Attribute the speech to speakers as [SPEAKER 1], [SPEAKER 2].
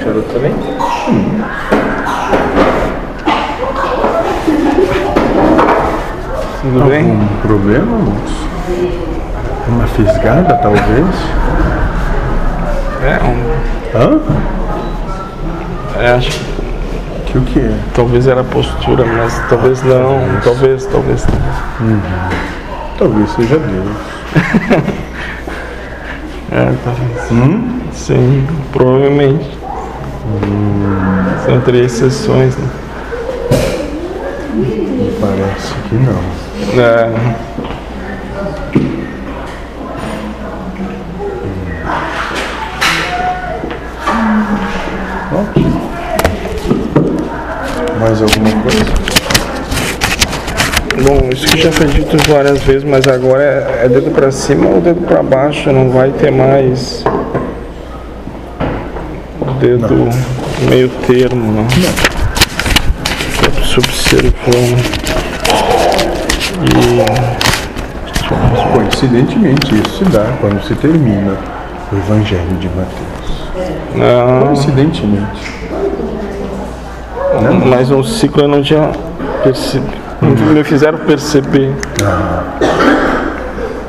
[SPEAKER 1] Charuto também? Tudo bem?
[SPEAKER 2] Algum Um problema, moço? Uma fisgada, talvez?
[SPEAKER 1] É, um,
[SPEAKER 2] Hã?
[SPEAKER 1] é, acho que
[SPEAKER 2] Que o que é?
[SPEAKER 1] talvez era postura, mas talvez não, talvez, talvez.
[SPEAKER 2] Talvez seja Deus.
[SPEAKER 1] É, talvez. Sim, provavelmente. São três sessões, né?
[SPEAKER 2] Parece que não.
[SPEAKER 1] É,
[SPEAKER 2] Ok. Mais alguma coisa?
[SPEAKER 1] bom, isso que já foi dito várias vezes, mas agora é, é dedo pra cima ou dedo pra baixo, não vai ter mais dedo meio termo, não. Só se observando.
[SPEAKER 2] Mas, coincidentemente, isso se dá quando se termina o Evangelho de Mateus.
[SPEAKER 1] Não,
[SPEAKER 2] Coincidentemente.
[SPEAKER 1] mas um ciclo eu não tinha percebido. Me fizeram perceber.
[SPEAKER 2] Ah,